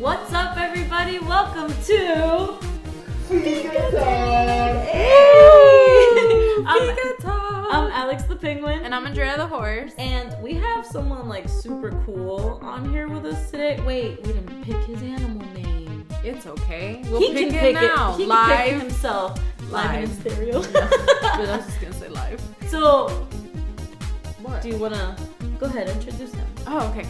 What's up, everybody? Welcome to Pika I'm, I'm Time. Alex the Penguin, Um, and I'm Andrea the horse. and we have someone like super cool on here with us today. Wait, we didn't pick his animal name. It's okay. We'll he pick can it pick now. it. He live. can pick it himself. Live, in Live. his stereo. but I was just gonna say live. so, What? do you wanna go ahead introduce him? oh, okay.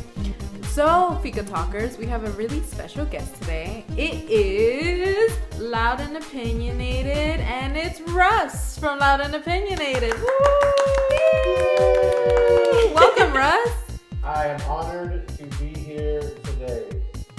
So, Fika Talkers, we have a really special guest today. It is Loud and Opinionated, and it's Russ from Loud and Opinionated. Woo! Welcome, Russ. I am honored to be here today.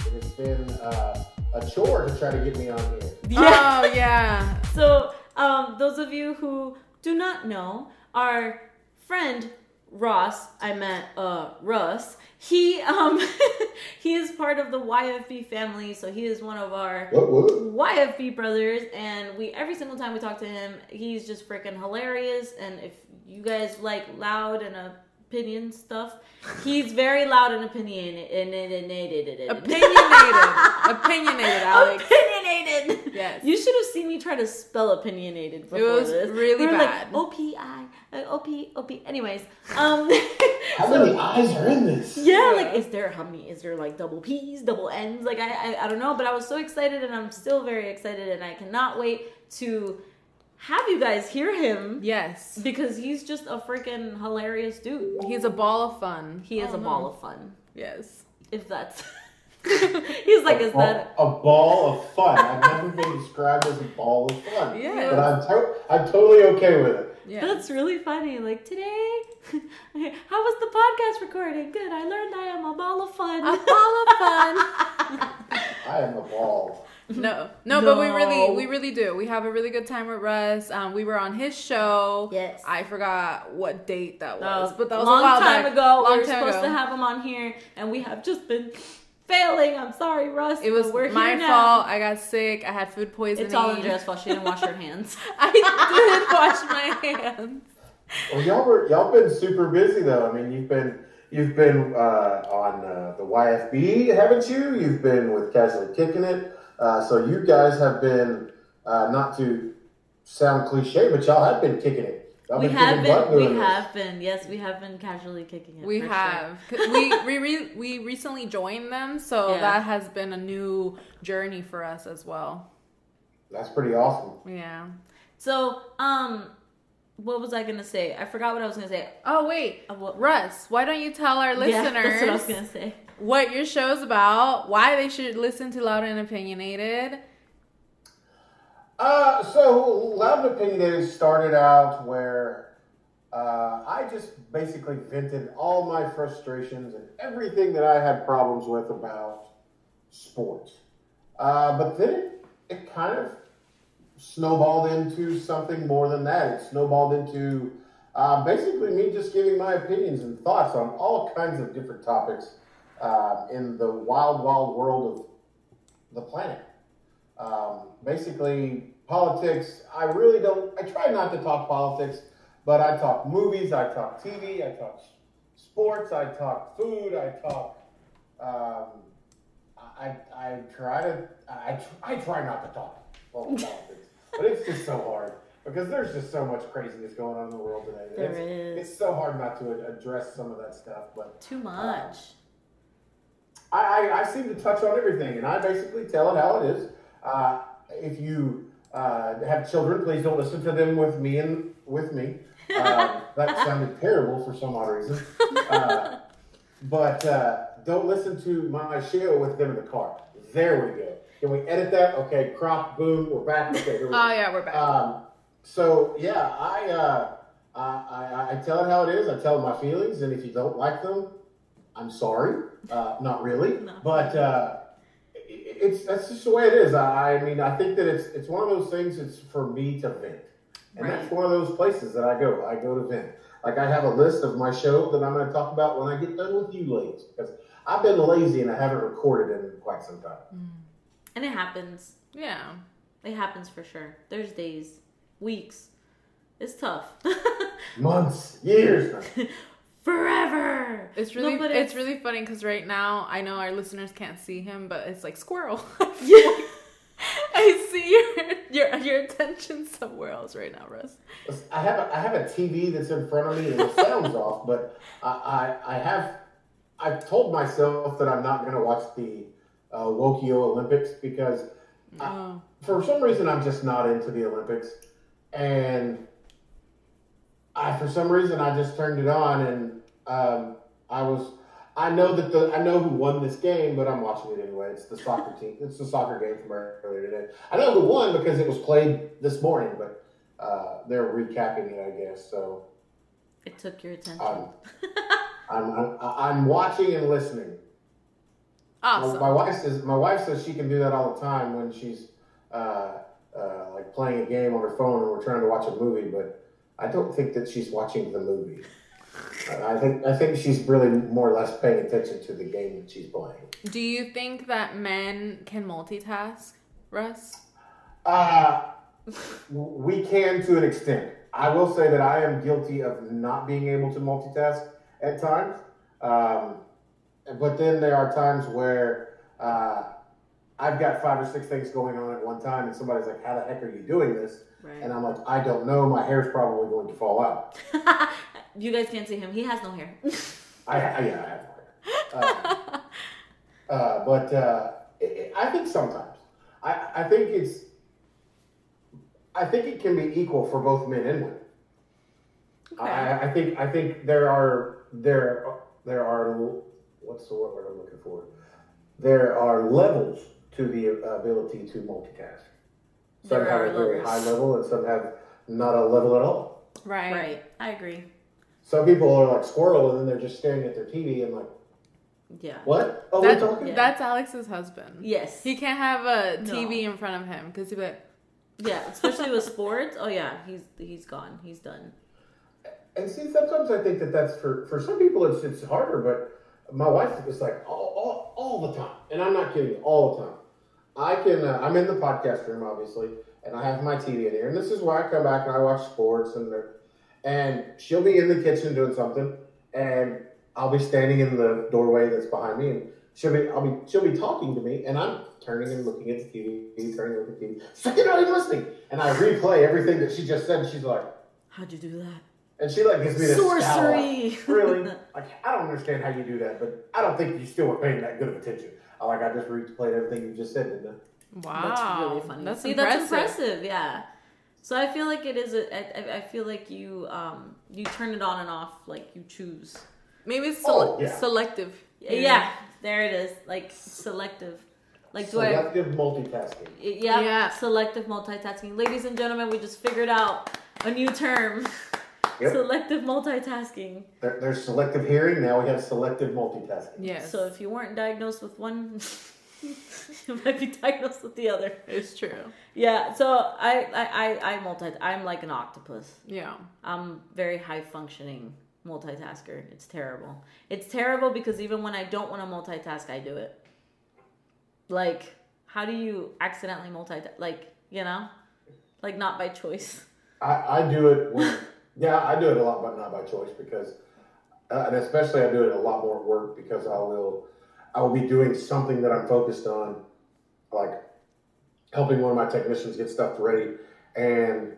It has been uh, a chore to try to get me on here. Oh, yeah. So, um, those of you who do not know, our friend Ross, I met uh, Russ. He um, he is part of the YFB family, so he is one of our Whoop, whoop. YFB brothers, and we every single time we talk to him, he's just freaking hilarious. And if you guys like loud and opinion stuff, he's very loud and opinionated. Opinionated. Opinionated. Opinionated, Alex. Opinionated. Yes. You should have seen me try to spell opinionated before was this. really we were bad. Like, OPI, uh, OP, OP. Anyways, um, How so- many eyes are in this? yeah, Yeah. like is there how many is there like double P's, double N's? Like I, I I don't know, but I was so excited and I'm still very excited and I cannot wait to have you guys hear him Yes. because he's just a freaking hilarious dude. He's a ball of fun. Uh-huh. He is a ball of fun. Yes. If that's he's like, is a, ball, that a ball of fun? I've never been described as a ball of fun. Yeah. But I'm, to- I'm totally okay with it. Yeah. That's really funny. Like today, how was the podcast recording? Good. I learned I am a ball of fun. a ball of fun. I am a ball. No, no, but we No. really, we really do. We have a really good time with Russ. Um, we were on his show. Yes. I forgot what date that was, Uh, but that was long a while time back. ago. Long we were time supposed ago. to have him on here, and we have just been failing. I'm sorry, Russ. It was but we're my here now. fault. I got sick. I had food poisoning. It's all Andrea's fault. She didn't wash her hands. I did wash my hands. Well, y'all were y'all been super busy though. I mean, you've been you've been uh, on uh, the YFB, haven't you? You've been with Casually Kicking It. Uh, so you guys have been uh, not to sound cliche, but y'all have been kicking it. Y'all we been have kicking butt been. We doing this. have been. Yes, we have been casually kicking it. We for sure. have. 'Cause We, we re- we recently joined them, so Yeah. that has been a new journey for us as well. That's pretty awesome. Yeah. So, um, what was I gonna say? I forgot what I was gonna say. Oh wait, Uh, what- Russ, why don't you tell our Yeah, listeners? that's what I was gonna say. what your show's about, why they should listen to Loud and Opinionated. Uh, so Loud and Opinionated started out where uh, I just basically vented all my frustrations and everything that I had problems with about sports. Uh, but then it, it kind of snowballed into something more than that. It snowballed into uh, basically me just giving my opinions and thoughts on all kinds of different topics uh, in the wild, wild world of the planet. Um, basically, politics, I really don't, I try not to talk politics, but I talk movies, I talk TV, I talk s- sports, I talk food, I talk. Um, I, I I try to I, tr- I try not to talk about politics, but it's just so hard because there's just so much craziness going on in the world today. that There it's, is. It's so hard not to ad- address some of that stuff, but Too much. I, I, I seem to touch on everything, and I basically tell it how it is. Uh, if you uh, have children, please don't listen to them with me and with me. Um, that sounded terrible for some odd reason. Uh, but uh, don't listen to my show with them in the car. There we go. Can we edit that? Okay, crop, boom, we're back. Okay, here we go. Oh yeah, we're back. Um, so yeah, I, uh, I, I I tell it how it is. I tell my feelings, and if you don't like them, I'm sorry. Uh, not really, No. but uh, i- i it's that's just the way it is. I, I mean, I think that it's it's one of those things. It's for me to vent, and that's Right. one of those places that I go. I go to vent. Like I have a list of my show that I'm going to talk about when I get done with you, ladies, because I've been lazy and I haven't recorded in quite some time. And it happens. yeah. It happens for sure. There's days, weeks. It's tough. Months, years. forever. It's really, No, but it's, it's- really funny because right now I know our listeners can't see him, but it's like squirrel. Yeah. I see your your your attention somewhere else right now, Russ. I have a, I have a TV that's in front of me and the sound's off, but I, I I have I've told myself that I'm not going to watch the uh, Wokio Olympics because Oh, for some reason I'm just not into the Olympics, and I for some reason I just turned it on and um, I was I know that the I know who won this game, but I'm watching it anyway. It's the soccer team. It's the soccer game from earlier today. I know who won because it was played this morning, but uh, they're recapping it, I guess. So It took your attention. um, I'm, I'm I'm watching and listening. awesome. Oh, My, my wife says my wife says she can do that all the time when she's uh, uh, like playing a game on her phone and we're trying to watch a movie. But I don't think that she's watching the movie. I I think I think she's really more or less paying attention to the game that she's playing. Do you think that men can multitask, Russ? Uh, we can to an extent. I will say that I am guilty of not being able to multitask at times. Um, but then there are times where uh, I've got five or six things going on at one time, and somebody's like, How the heck are you doing this? right. And I'm like, I don't know. My hair's probably going to fall out. you guys can't see him. He has no hair. I, I, yeah, I have no hair. Uh, Uh, but uh, i I I think sometimes I, I think it's I think it can be equal for both men and women. I, I think I think there are there there are what's the word I'm looking for? There are levels to the ability to multitask. Some There have are a very levels. high level, and some have not a level at all. right. right. I agree. Some people are like squirrel, and then they're just staring at their TV and like, Yeah. what? Oh, That- we're talking. That's Alex's husband. Yes. He can't have a No. TV in front of him because he'd be like, yeah. Especially with sports. Oh yeah. He's he's gone. He's done. And see, sometimes I think that that's for for some people it's it's harder, but my wife is like all, all, all the time, and I'm not kidding, all the time. I can uh, I'm in the podcast room obviously, and I have my TV in here, and this is where I come back and I watch sports and the- and she'll be in the kitchen doing something, and I'll be standing in the doorway that's behind me, and she'll be I'll be she'll be talking to me, and I'm turning and looking at the TV, turning and looking at the TV. She's like, you're not even listening, and I replay everything that she just said. And she's like. How'd you do that? And she like gives me this scowl. Sorcery. Really? Like I don't understand how you do that, but I don't think you still were paying that good of attention. I Like I just replayed everything you just said, didn't I? wow. That's really funny. That's See, impressive. that's impressive. Yeah. So I feel like it is. A, I, I- I feel like you um you turn it on and off like you choose. Maybe it's Oh, sele- yeah. selective. Yeah. there it is. Like selective. Like do I? Selective multitasking. Yeah, Yeah. Selective multitasking. Ladies and gentlemen, we just figured out a new term. Yep. Selective multitasking. There, there's selective hearing. Now we have selective multitasking. Yes. So if you weren't diagnosed with one, you might be diagnosed with the other. it's true. Yeah. So I I I, I multi. I'm like an octopus. Yeah. I'm very high functioning multitasker. It's terrible. It's terrible because even when I don't want to multitask, I do it. Like, how do you accidentally multitask? Like, you know, like not by choice. I, I do it. When, yeah, I do it a lot, but not by choice because, uh, and especially I do it a lot more at work because I will, I will be doing something that I'm focused on, like helping one of my technicians get stuff ready, and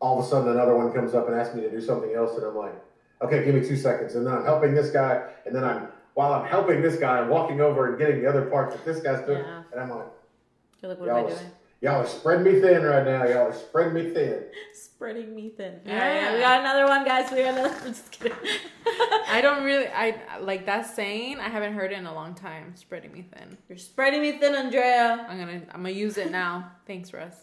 all of a sudden another one comes up and asks me to do something else, and I'm like, okay, give me two seconds, and then I'm helping this guy, and then I'm while I'm helping this guy, I'm walking over and getting the other parts that this guy's doing, Yeah. and I'm like, You're like, what am y'all, I is- doing? y'all are spreading me thin right now, y'all are spreading me thin. Spreading me thin. Yeah. All right, we got another one, guys. We got another. I'm just kidding. I don't really. I like that saying. I haven't heard it in a long time. Spreading me thin. You're spreading me thin, Andrea. I'm gonna. I'm gonna use it now. Thanks, Russ.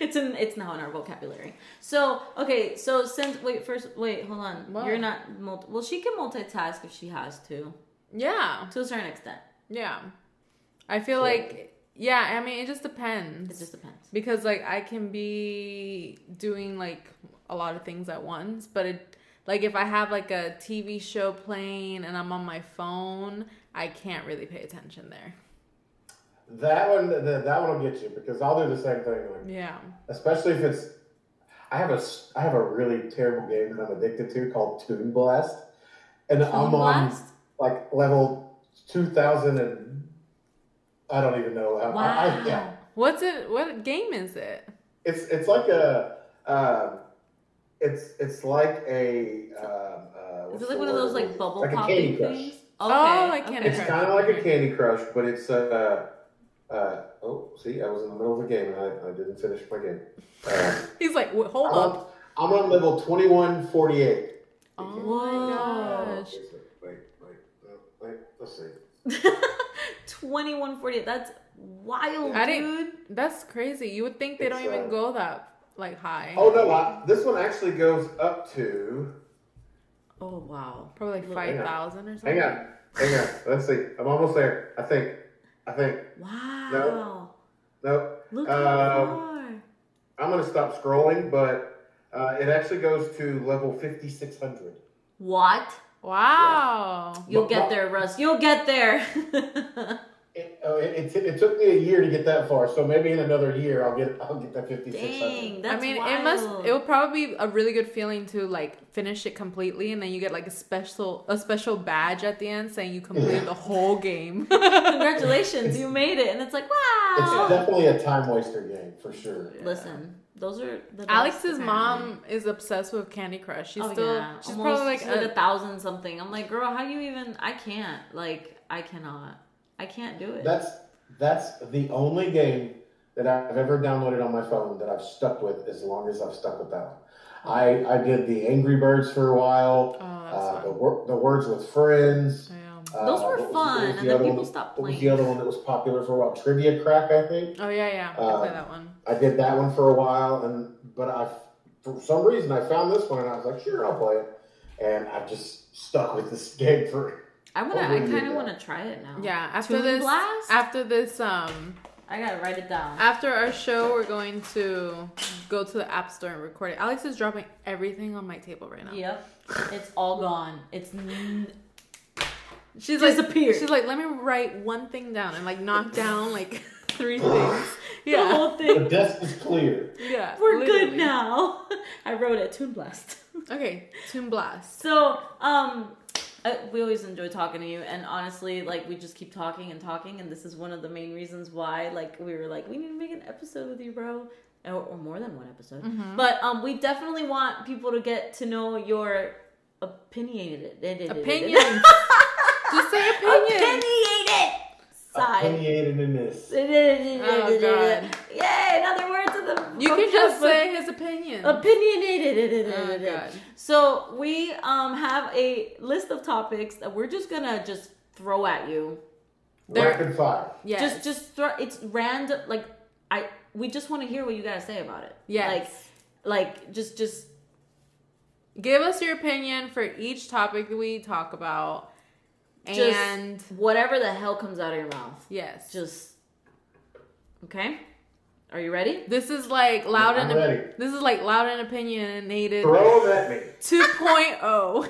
It's in. It's now in our vocabulary. So okay. So since wait first wait hold on. What? You're not multi. Well, she can multitask if she has to, Yeah. to a certain extent. Yeah. I feel Sure. like. Yeah. I mean, it just depends. It just depends. because like I can be doing like a lot of things at once, but it like if I have like a TV show playing and I'm on my phone, I can't really pay attention there. That one, the, that one will get you because I'll do the same thing. Like, Yeah. especially if it's, I have a, s- I have a really terrible game that I'm addicted to called Toon Blast, and I'm on Last? like level two thousand and I don't even know how. Wow. uh, I, I, yeah, What's it? What game is it? it's it's like a um, it's it's like a um, uh, Is what's it the like one of word? those like bubble like a popping Candy Crush. things? Oh, like Candy It's Crush. kind of like a Candy Crush, but it's uh, uh, oh, see, I was in the middle of a game and I, I didn't finish my game. Uh, He's like, "Wh- hold I'm, up. on, I'm on level twenty one forty eight. Oh Whoa. my gosh. Wait, wait, wait, wait, let's see. 2140. That's wild, I didn't- dude. That's crazy. You would think they don't It's, even uh, go that like high. Oh no, I, this one actually goes up to. Oh, wow. Probably like Hang five on. thousand or something. Hang on, hang on. Let's see. I'm almost there. I think. I think. Wow. No, Look Uh, how I'm gonna stop scrolling, but uh, it actually goes to level 5600. What? Wow. You'll But- get but- there, Russ. You'll get there. It, oh, it, it, it took me a year to get that far, so maybe in another year I'll get I'll get that 5600. Dang, that's I mean, wild. it must. It would probably be a really good feeling to like finish it completely, and then you get like a special a special badge at the end saying you completed the whole game. Congratulations, you made it. And it's like, It's wow. definitely a time waster game for sure. Listen, those are the best, Alex's apparently. mom is obsessed with Candy Crush. She's Oh, still. yeah. She's Almost- probably like. she's at a A, thousand something. I'm like, girl, how do you even? I can't. Like, I cannot. I can't do it. That's that's the only game that I've ever downloaded on my phone that I've stuck with as long as I've stuck with that one. I, I did the Angry Birds for a while, oh, that's um, uh, the, fun. wor- the Words with Friends. Yeah. uh, Those were what was- fun, what was and the then other people one- stopped What was playing. the other one that was popular for a while? Trivia Crack, I think. Oh yeah, yeah. I Uh, play that one. I did that one for a while, and but I, for some reason, I found this one and I was like, sure, I'll play it, and I just stuck with this game for. I wanna. Oh, we I need kind of that. want to try it now. Yeah. After Oh. Toon this. Blast? After this. Um. I gotta write it down. After our show, we're going to go to the app store and record it. Alex is dropping everything on my table right now. Yep, it's all gone. It's n- She's Disappeared. like, she's like, let me write one thing down and like knock down like three things. the Yeah, whole The thing. desk is clear. yeah. We're literally. good now. I wrote it. Toon blast. Okay, Toon Blast. So, um, I, we always enjoy talking to you, and honestly, like we just keep talking and talking, and this is one of the main reasons why, like, we were like, we need to make an episode with you, bro, or, or more than one episode. Mm-hmm. But um, we definitely want people to get to know your opinionated Opinions. Just say opinions. opinionated side. Opinionated in this. Oh, God. Yay! Another word to the You can just say his opinion. opinionated. Oh, God. So we um, have a list of topics that we're just gonna just throw at you. There- Rapid fire. yes. Just just throw. It's random. Like I, we just want to hear what you gotta say about it. Yes. Like like just just give us your opinion for each topic that we talk about. just And whatever the hell comes out of your mouth. yes, Just okay. Are you ready? this is like loud I'm and ready. this is like loud and opinionated Throw them at me. 2.0.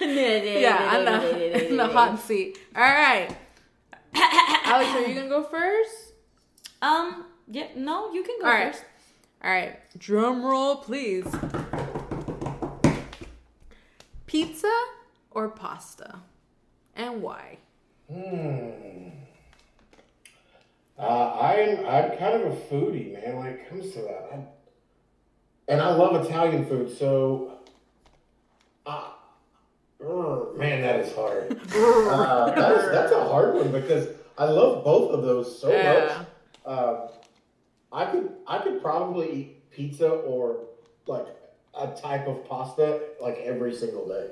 yeah, on the, in the hot seat. All right. Alex, are you going to go first? Um. Yeah. No, you can go All right. first. All right. Drum roll, please. Pizza or pasta? And why? Hmm. Uh, I'm I'm kind of a foodie, man. When it comes to that, I'm, and I love Italian food. So, uh, ugh, man, that is hard. uh, that is, that's a hard one because I love both of those so Yeah. much. Um, I could I could probably eat pizza or like a type of pasta like every single day.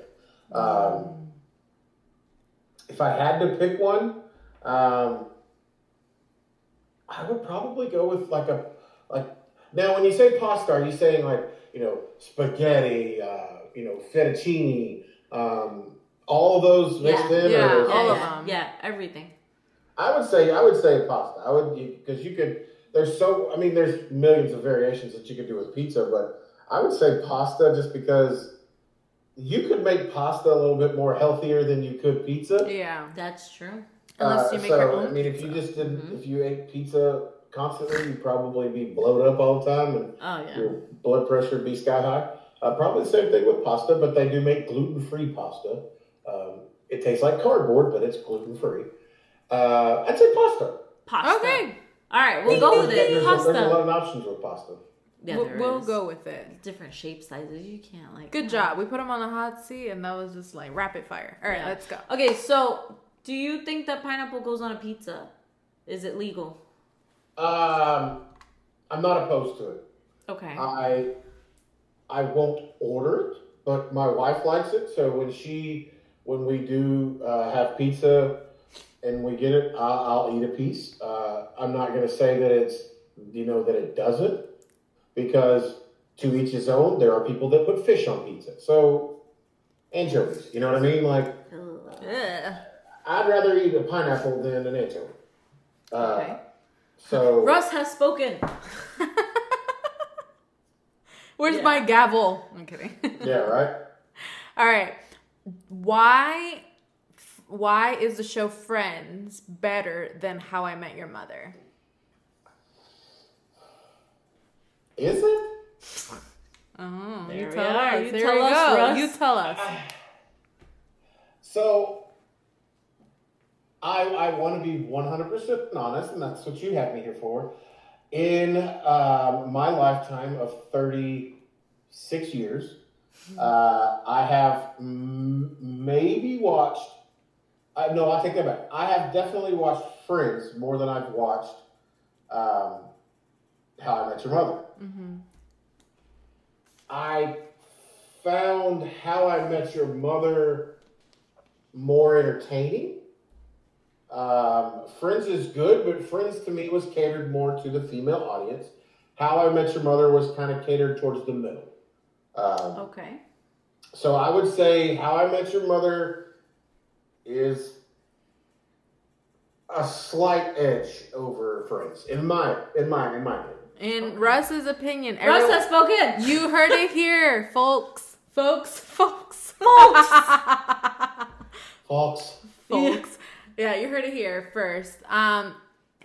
Um, if I had to pick one, um, I would probably go with like a like. Now, when you say pasta, are you saying like you know spaghetti, uh, you know fettuccine, um, all those mixed Yeah, in? yeah, or, Yeah, all of yeah, them. yeah, everything. I would say I would say pasta. I would because you could. There's so I mean there's millions of variations that you could do with pizza, but I would say pasta just because you could make pasta a little bit more healthier than you could pizza. Yeah. That's true. Unless Uh, you make so your own. I mean, if pizza. you Mm-hmm. just did not if you ate pizza constantly, you'd probably be blown up all the time and Oh yeah. your blood pressure would be sky high. Uh, probably the same thing with pasta, but they do make gluten free pasta. It tastes like cardboard, but it's gluten free. Uh, I'd say pasta. Pasta. Okay, All right, we'll go with There's it. a, there's a lot Pasta. of options with pasta. Yeah, we'll, there we'll is. go with it. Different shape sizes. You can't like. Good job. We put them on the hot seat, and that was just like rapid fire. All right, Yeah. let's go. Okay, so do you think that pineapple goes on a pizza? Is it legal? Um, I'm not opposed to it. Okay. Uh, I I won't order it, but my wife likes it. So when she when we do uh, have pizza and we get it, I'll, I'll eat a piece. Uh, I'm not going to say that it's you know that it doesn't because to each his own. There are people that put fish on pizza, so anchovies. You know what I mean? Like Ugh. Ugh. I'd rather eat a pineapple than an anchovy. Uh, Okay. So Russ has spoken. Where's Yeah. my gavel? I'm kidding. yeah, right. All right. Why why is the show Friends better than How I Met Your Mother? Is it? Oh, There you we tell are. us. Uh, You there tell we us, go. Russ. You tell us. So I I want to be 100% honest, and that's what you have me here for. In um, my lifetime of 36 years, uh, I have m- maybe watched. I, no, I take that back. I have definitely watched Friends more than I've watched um, How I Met Your Mother. hmm I found How I Met Your Mother more entertaining. Um, Friends is good, but Friends to me was catered more to the female audience. How I Met Your Mother was kind of catered towards the middle. Um, Okay. so I would say How I Met Your Mother is a slight edge over Friends in my in my in my opinion. In Russ's opinion, Russ everyone- has spoken. you heard it here, folks. Folks, folks, Folks. Folks, folks. Yeah. you heard it here first. Um,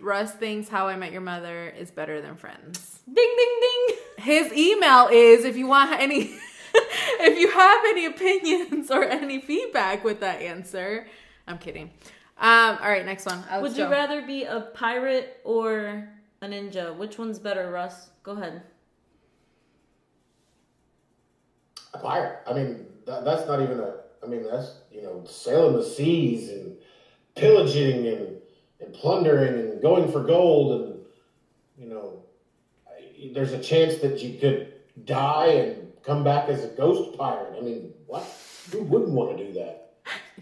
Russ thinks How I Met Your Mother is better than Friends. ding ding ding. His email is if you want any, if you have any opinions or any feedback with that answer. I'm kidding. Um, all right, next one. Uh, let's Would you go. rather be a pirate or a ninja? Which one's better, Russ? Go ahead. a pirate. I mean, that, that's not even a. I mean, that's you know, sailing the seas and pillaging and and plundering and going for gold and you know, I- there's a chance that you could die and come back as a ghost pirate. I mean, what? Who wouldn't want to do that?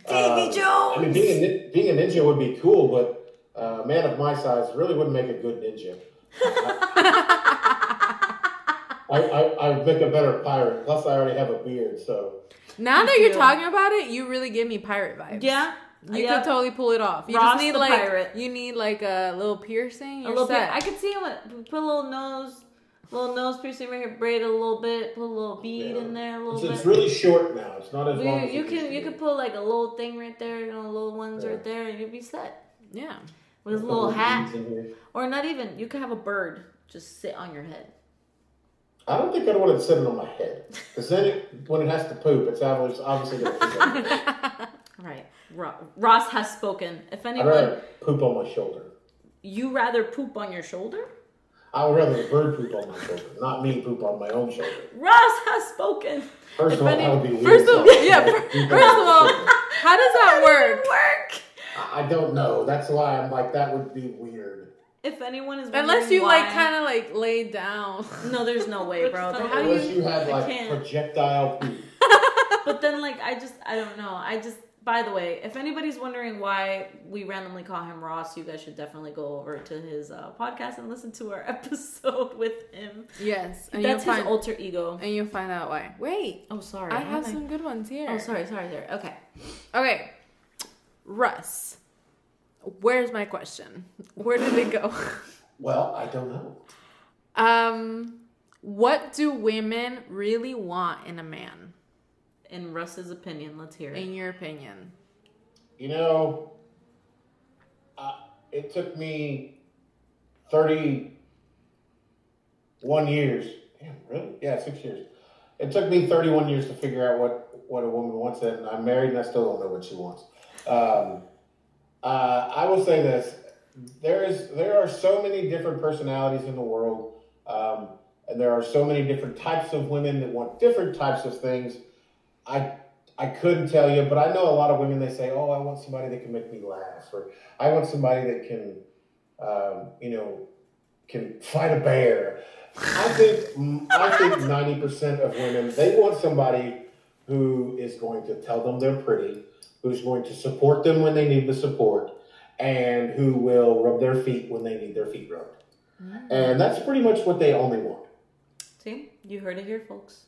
Um, Davy I mean, being a, nin- being a ninja would be cool, but uh, a man of my size really wouldn't make a good ninja. I, I, I'd make a better pirate. Plus, I already have a beard, so. Now that You you're do. talking about it, you really give me pirate vibes. Yeah. You yeah. could totally pull it off. You Ross just need the like pirate. you need like a little piercing. a You're little bit. set. I could see him with- put a little nose, little nose piercing right here, braid a little bit, put a little bead Yeah. in there, a It's, little it's bit. really short now. It's not as long. You, as you it used can to you be. could put like a little thing right there, you know, little ones Yeah. right there, and you'd be set yeah. with a Couple little hat, beads in here. or not even. You could have a bird just sit on your head. I don't think I'd want it sitting on my head because then it, when it has to poop, it's obvious- obviously going to poop. on my head. Right. Ro- Ross has spoken. If I'd anyone, rather poop on my shoulder. you rather poop on your shoulder? I would rather a bird poop on my shoulder, not me poop on my own shoulder. Ross has spoken. First If of all, any- that would be weird. First of so I'd yeah, rather fir- poop on first of my all, shoulder. how does that work? Work. I I don't know. That's why I'm like that would be weird. If anyone is Unless wondering you like why- kind of like lay down. No, there's no way, bro. There's no How do Unless you? you, had I like can't. projectile poop. But then, like, I just, I don't know. I just. By the way, if anybody's wondering why we randomly call him Ross, you guys should definitely go over to his uh, podcast and listen to our episode with him. Yes, and That's you'll his find alter ego. and you'll find out why. Wait, Oh, sorry. I why have am some good ones here. Oh, sorry, sorry, sorry. Okay. Okay, Russ, where's my question? Where did it go? Well, I don't know. um, what do women really want in a man? In Russ's opinion, let's hear it. In your opinion? You know, uh, it took me 31 years. Damn, really? Yeah, six years. It took me 31 years to figure out what, what a woman wants, and I'm married and I still don't know what she wants. Um, uh, I will say this: there is there are so many different personalities in the world, um, and there are so many different types of women that want different types of things. I I couldn't tell you, but I know a lot of women. They say, "Oh, I want somebody that can make me laugh," or "I want somebody that can, um, you know, can fight a bear." I think mm, I think ninety percent of women they want somebody who is going to tell them they're pretty, who's going to support them when they need the support, and who will rub their feet when they need their feet rubbed. And that's pretty much what they only want. See, you heard it here, folks.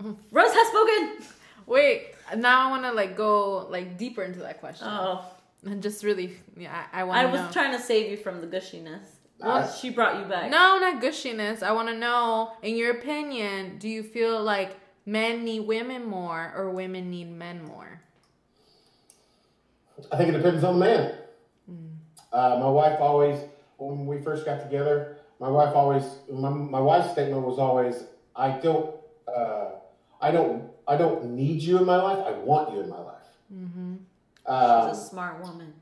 Mm-hmm. Rose has spoken. Wait, now I want to like go like deeper into that question Oh, and just really, yeah, I, I want. I was trying to save you from the gushiness. I- she brought you back. No, not gushiness. I want to know, in your opinion, do you feel like men need women more or women need men more? I think it depends on the man. Uh, my wife always, when we first got together, my wife always, my, my wife's statement was always, "I don't, uh, I don't, I don't need you in my life. I want you in my life." Mm-hmm, Um, She's a smart woman.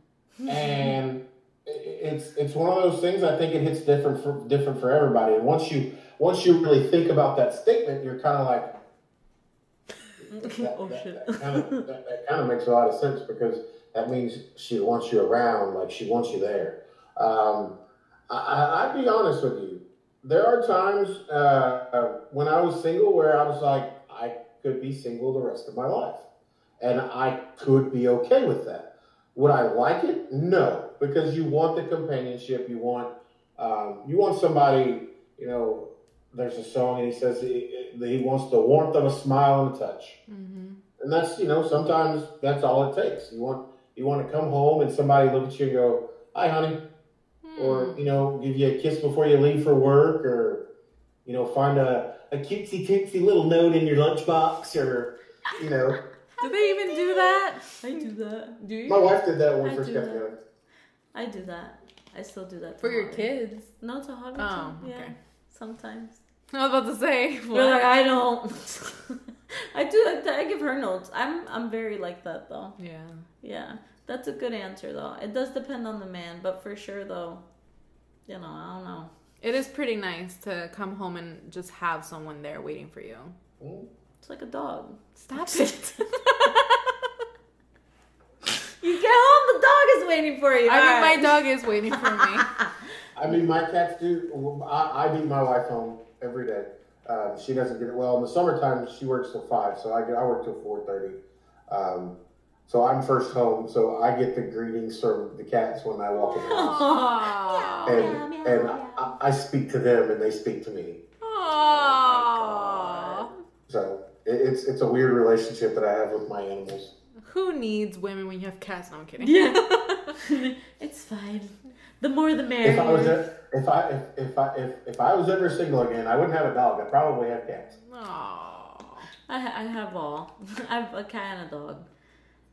and i- it's it's one of those things. I think it hits different for different for everybody. And once you once you really think about that statement, you're kind of like, that, oh that, shit. That kind, of, that, that kind of makes a lot of sense because that means she wants you around, like she wants you there. Um, I, I, I'd be honest with you. There are times uh, uh, when I was single where I was like, I could be single the rest of my life, and I could be okay with that. Would I like it? No, because you want the companionship. You want um, you want somebody. You know, there's a song and he says he, he wants the warmth of a smile and a touch Mm-hmm. and that's you know sometimes that's all it takes. You want you want to come home and somebody look at you and go, "Hi, honey," or Mm. you know give you a kiss before you leave for work, or you know find a a cutesy titsy little note in your lunchbox, or you know Hmm. do they even do that? I do that. Do you my wife did that when we I first do got that. together. I do that. I still do that for to your Holly. kids? No, to Holly. Oh, too. Yeah, okay. sometimes. I was about to say. You're like I don't. I do. I, I give her notes. I'm. I'm very like that though. yeah. Yeah, that's a good answer though. It does depend on the man, but for sure though, you know, I don't know. It is pretty nice to come home and just have someone there waiting for you. Mm. It's like a dog. Stop it. You get home, the dog is waiting for you. I mean, my Alright. dog is waiting for me. I mean, my cats do. I, I beat my wife home every day. Um, she doesn't get it well in the summertime. She works till five, so I get I work till four thirty. Um, so I'm first home, so I get the greetings from the cats when I walk in. the house. Aww. and Meow, meow, and meow. I, I speak to them and they speak to me. Aww. So it, it's it's a weird relationship that I have with my animals. Who needs women when you have cats? No, I'm kidding. Yeah, it's fine. The more, the merrier. If I was e- if I if, if I if, if I was ever single again, I wouldn't have a dog. I'd probably have cats. Aww. I, ha- I have all. I have a cat and a dog.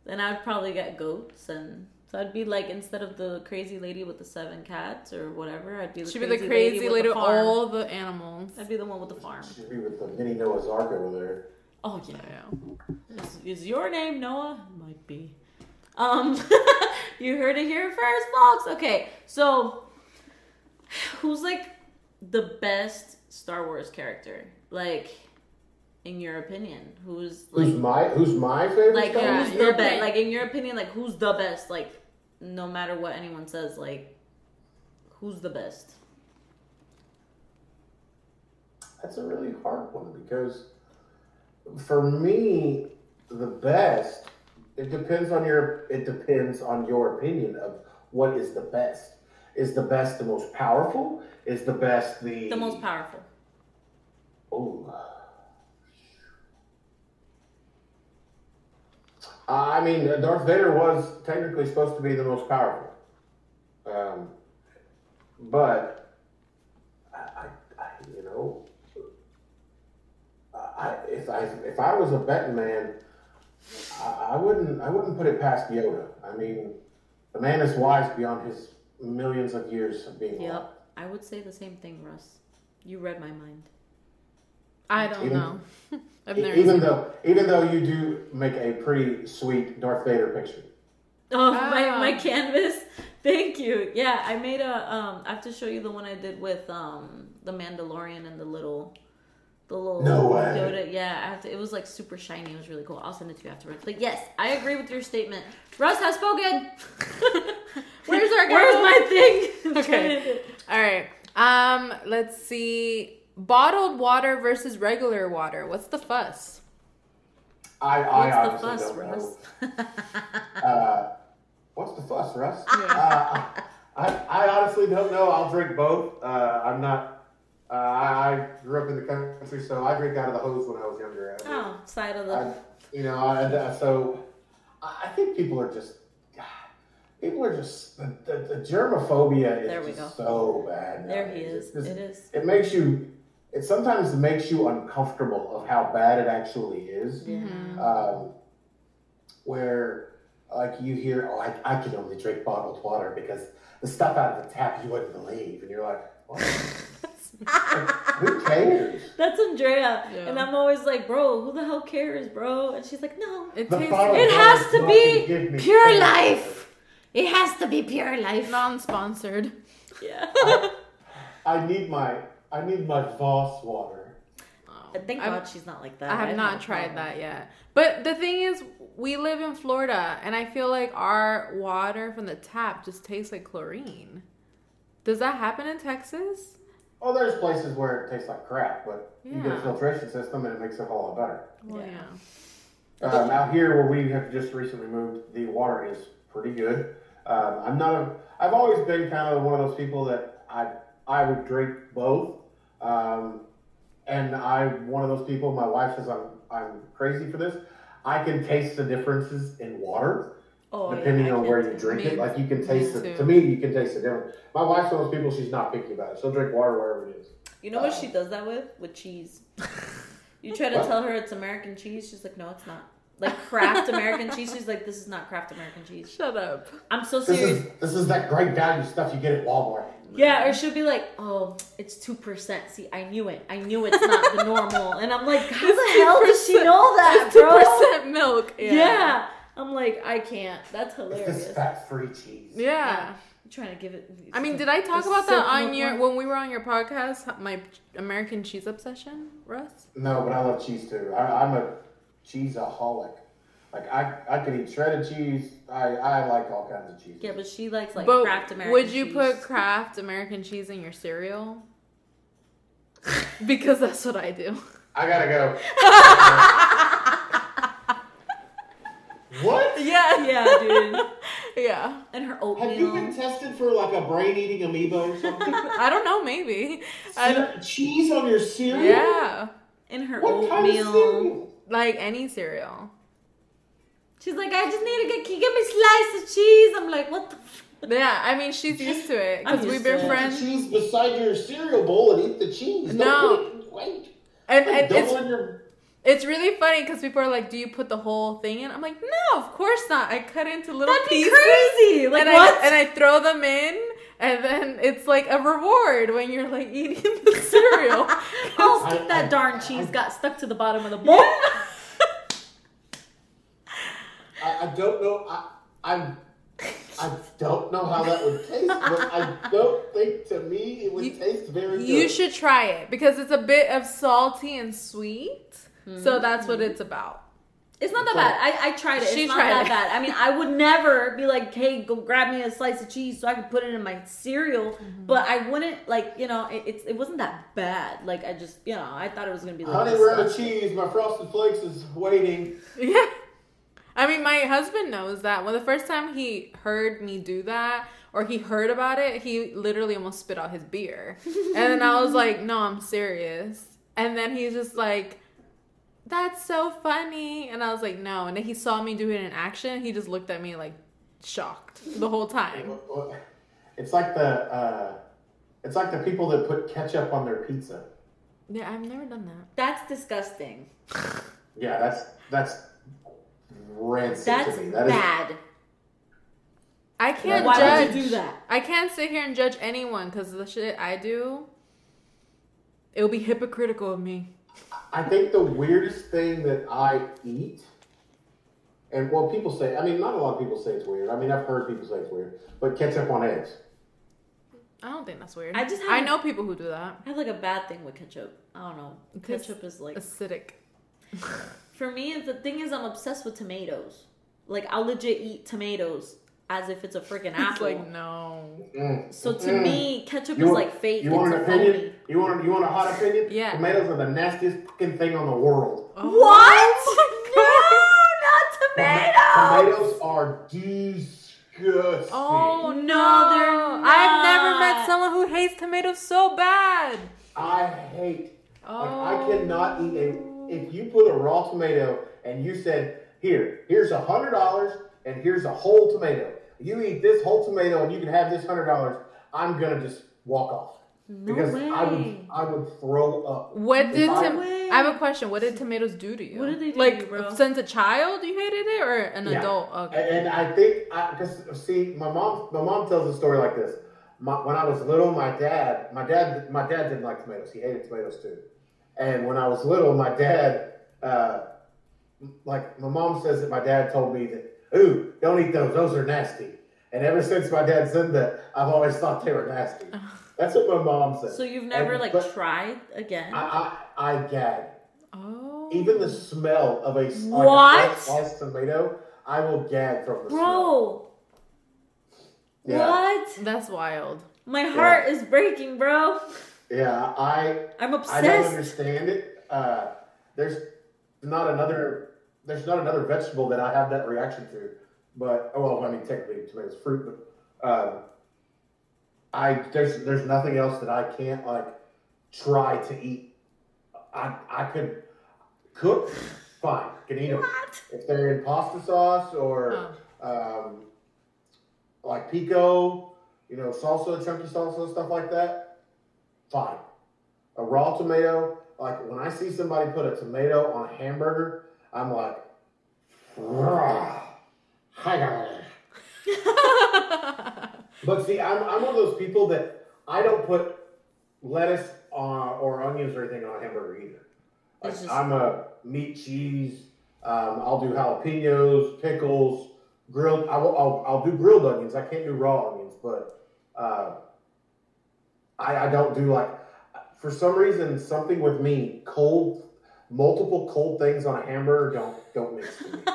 And I'd probably get goats and so I'd be like instead of the crazy lady with the seven cats or whatever, I'd be the She'd be crazy the crazy lady lady, with the farm. all the animals. I'd be the one with the farm. Should be with the mini Noah's Ark over there. Oh yeah. Yeah. Is, is your name Noah? Might be. Um you heard it here first, folks. Okay. So who's like the best Star Wars character? Like in your opinion, who's like Who's my who's my favorite? like dog? yeah, who's your the best? opinion. Like in your opinion, like who's the best? Like no matter what anyone says, like who's the best? That's a really hard one because for me, the best it depends on your it depends on your opinion of what is the best. Is the best the most powerful? Is the best the The most powerful. Oh. I mean, Darth Vader was technically supposed to be the most powerful. Um, but, I, I, I, you know, I, if I if I was a betting man, I, I wouldn't I wouldn't put it past Yoda. I mean, the man is wise beyond his millions of years of being alive. Yep. I would say the same thing, Russ. You read my mind. I don't Even- know. I've E- never even seen though even though you do make a pretty sweet Darth Vader picture. Oh, my, Ah. my canvas. Thank you. Yeah, I made a. Um, I have to show you the one I did with um the Mandalorian and the little, the little No way. Yoda. Yeah, I have to. It was like super shiny. It was really cool. I'll send it to you afterwards. But yes, I agree with your statement. Russ has spoken. Where's our Where's go? my thing? Okay. All right. Um, let's see. Bottled water versus regular water. What's the fuss? I, What's I the honestly fuss, don't know. Russ? Uh, what's the fuss, Russ? Uh, I, I honestly don't know. I'll drink both. Uh, I'm not. Uh, I, I grew up in the country, so I drink out of the hose when I was younger. I, oh, side of I, the. you know, I, I- so I I think people are just. God, People are just the, the, the germophobia is There we just go. so bad. There he nowadays. is. It's just- It is. it makes you it sometimes makes you uncomfortable of how bad it actually is Yeah. um, where like you hear oh I, I can only drink bottled water because the stuff out of the tap you wouldn't believe and you're like what? Mm-hmm. who cares That's Andrea, Yeah. and I'm always like, bro, who the hell cares, bro? And she's like, no, It The tastes bottled It water has is to not be gonna give me pure anything. life. It has to be pure life. non-sponsored. Yeah. Oh. I need my I need my Voss water Thank I've- God she's not like that. I have I've not had a tried problem. that yet. But the thing is, we live in Florida, and I feel like our water from the tap just tastes like chlorine. Does that happen in Texas? oh there's places where it tastes like crap but you get a Yeah. filtration system and it makes it a lot better Well, Yeah. yeah. Um, out here, where we have just recently moved, the water is pretty good. Um, I'm not. A, I've always been kind of one of those people that I I would drink both, um, and I'm one of those people. My wife says I'm I'm crazy for this. I can taste the differences in water Oh, depending yeah, I on can where you too. drink Me- it. Like you can me taste too. it. To me, you can taste the difference. My wife's one of those people. She's not picky about it. She'll drink water wherever it is. You know what she does that with? With cheese. You try to What? tell her it's American cheese, she's like, no, it's not. Like craft American cheese, she's like, this is not craft American cheese. Shut up. I'm so This serious. is this is that great value stuff you get at Walmart. Yeah, or she'll be like, oh, it's 2%. See, I knew it. I knew it's not the normal. And I'm like, how the hell does she 2%. know that, It's two bro? percent milk. Yeah. I'm like, I can't. That's It's hilarious. this fat-free cheese. Yeah. yeah. I'm trying to give it. I mean, did I talk The about that silk on milk your one? when we were on your podcast? My American cheese obsession, Russ. No, but I love cheese too. I, I'm a cheeseaholic. Like I, I could eat shredded cheese. I, I like all kinds of cheese. Yeah, but she likes like but craft American. would you cheese. put Kraft American cheese in your cereal? because that's what I do. I gotta go. what? Yeah, Yeah, dude. yeah. And her Have you oatmeal. been tested for like a brain-eating amoeba or something? I don't know. Maybe. I don't- Cere- cheese on your cereal? yeah. and her What kind of oatmeal. cereal? Like any cereal. She's like, I just need to get, can you get me a slice of cheese? I'm like, what the? F-? Yeah, I mean she's used to it I'm because we've used been to it. Put the friends. cheese beside your cereal bowl and eat the cheese. No. Don't put it, wait. And, Like, and double it's in your. it's really funny because people are like, "Do you put the whole thing in?" I'm like, "No, of course not. I cut into little That'd be pieces." crazy. Like and what? I and I throw them in, and then it's like a reward when you're like eating the cereal. oh, I- get that I- darn I- cheese got stuck to the bottom of the bowl. I, I don't know. I, I'm I don't know how that would taste, but I don't think to me it would You- taste very you good. should try it because it's a bit of salty and sweet. So that's Mm-hmm. what it's about. It's not that bad. I, I tried it. It's She not tried that it. bad. I mean, I would never be like, hey, go grab me a slice of cheese so I can put it in my cereal. Mm-hmm. But I wouldn't, like, you know, it, it's, it wasn't that bad. Like, I just, you know, I thought it was going to be like. Honey, this we're out of stuff. cheese. My frosted flakes is waiting. Yeah. I mean, my husband knows that. When the first time he heard me do that, or he heard about it, he literally almost spit out his beer. And then I was like, no, I'm serious. And then he's just like, that's so funny. And I was like, no. And then he saw me do it in action. He just looked at me like shocked the whole time. It's like the uh, it's like the people that put ketchup on their pizza. Yeah, I've never done that. That's disgusting. Yeah, that's that's rancid That's to me. That is bad. I can't Why judge. would you do that? I can't sit here and judge anyone because the shit I do, it will be hypocritical of me. I think the weirdest thing that I eat And well, people say, I mean, not a lot of people say it's weird. I mean, I've heard people say it's weird, but ketchup on eggs. I don't think that's weird. I just I haven't- know people who do that. I have like a bad thing with ketchup. I don't know. Because- Ketchup is like Acidic. for me. The thing is, I'm obsessed with tomatoes. Like I'll legit eat tomatoes as if it's a freaking It's apple. like no. Mm. so to Mm. me, ketchup You is want- like fate. You want it's an a opinion? phony. You want you want a hot opinion? Yeah. Tomatoes are the nastiest fucking thing on the world. Oh What? no, not tomatoes. Tomatoes are disgusting. Oh no! No, they're I've never not. met someone who hates tomatoes so bad. I hate. Like, Oh, I cannot eat a. If you put a raw tomato and you said, "Here, here's a hundred dollars, and here's a whole tomato. You eat this whole tomato, and you can have this hundred dollars," I'm gonna just walk off No because way. I would I would throw up. What did No tom- way. I have a question? What did tomatoes do to you? What did they do to like you, bro? since a child you hated it or an Yeah. adult? A- Okay. And I think because see, my mom my mom tells a story like this. My, when I was little, my dad my dad my dad didn't like tomatoes. He hated tomatoes too. And when I was little, my dad uh, like my mom says that my dad told me that ooh don't eat those those are nasty. And ever since my dad said that, I've always thought they were nasty. That's what my mom said. So you've never And- like but tried again? I, I I gag. Oh. Even the smell of a, like What? a fresh sliced tomato, I will gag from the smell. Bro, Yeah. what? That's wild. My heart is breaking, bro. Yeah, I I'm I don't obsessed. understand it. Uh, there's not another there's not another vegetable that I have that reaction to. But oh well, I mean technically tomatoes fruit, but um, I there's there's nothing else that I can't like try to eat. I I could cook fine, can eat them What? if they're in pasta sauce or um, like pico, you know, salsa, chunky salsa, stuff like that. Fine. A raw tomato, like when I see somebody put a tomato on a hamburger, I'm like, "Rah, hi." Oh. but see, I'm, I'm one of those people that I don't put lettuce on, or onions or anything on a hamburger either. Like, It's just- I'm a meat, cheese. Um, I'll do jalapenos, pickles, grilled. I will, I'll, I'll do grilled onions. I can't do raw onions, but uh, I, I don't do like for some reason something with me cold, multiple cold things on a hamburger don't don't mix. with me.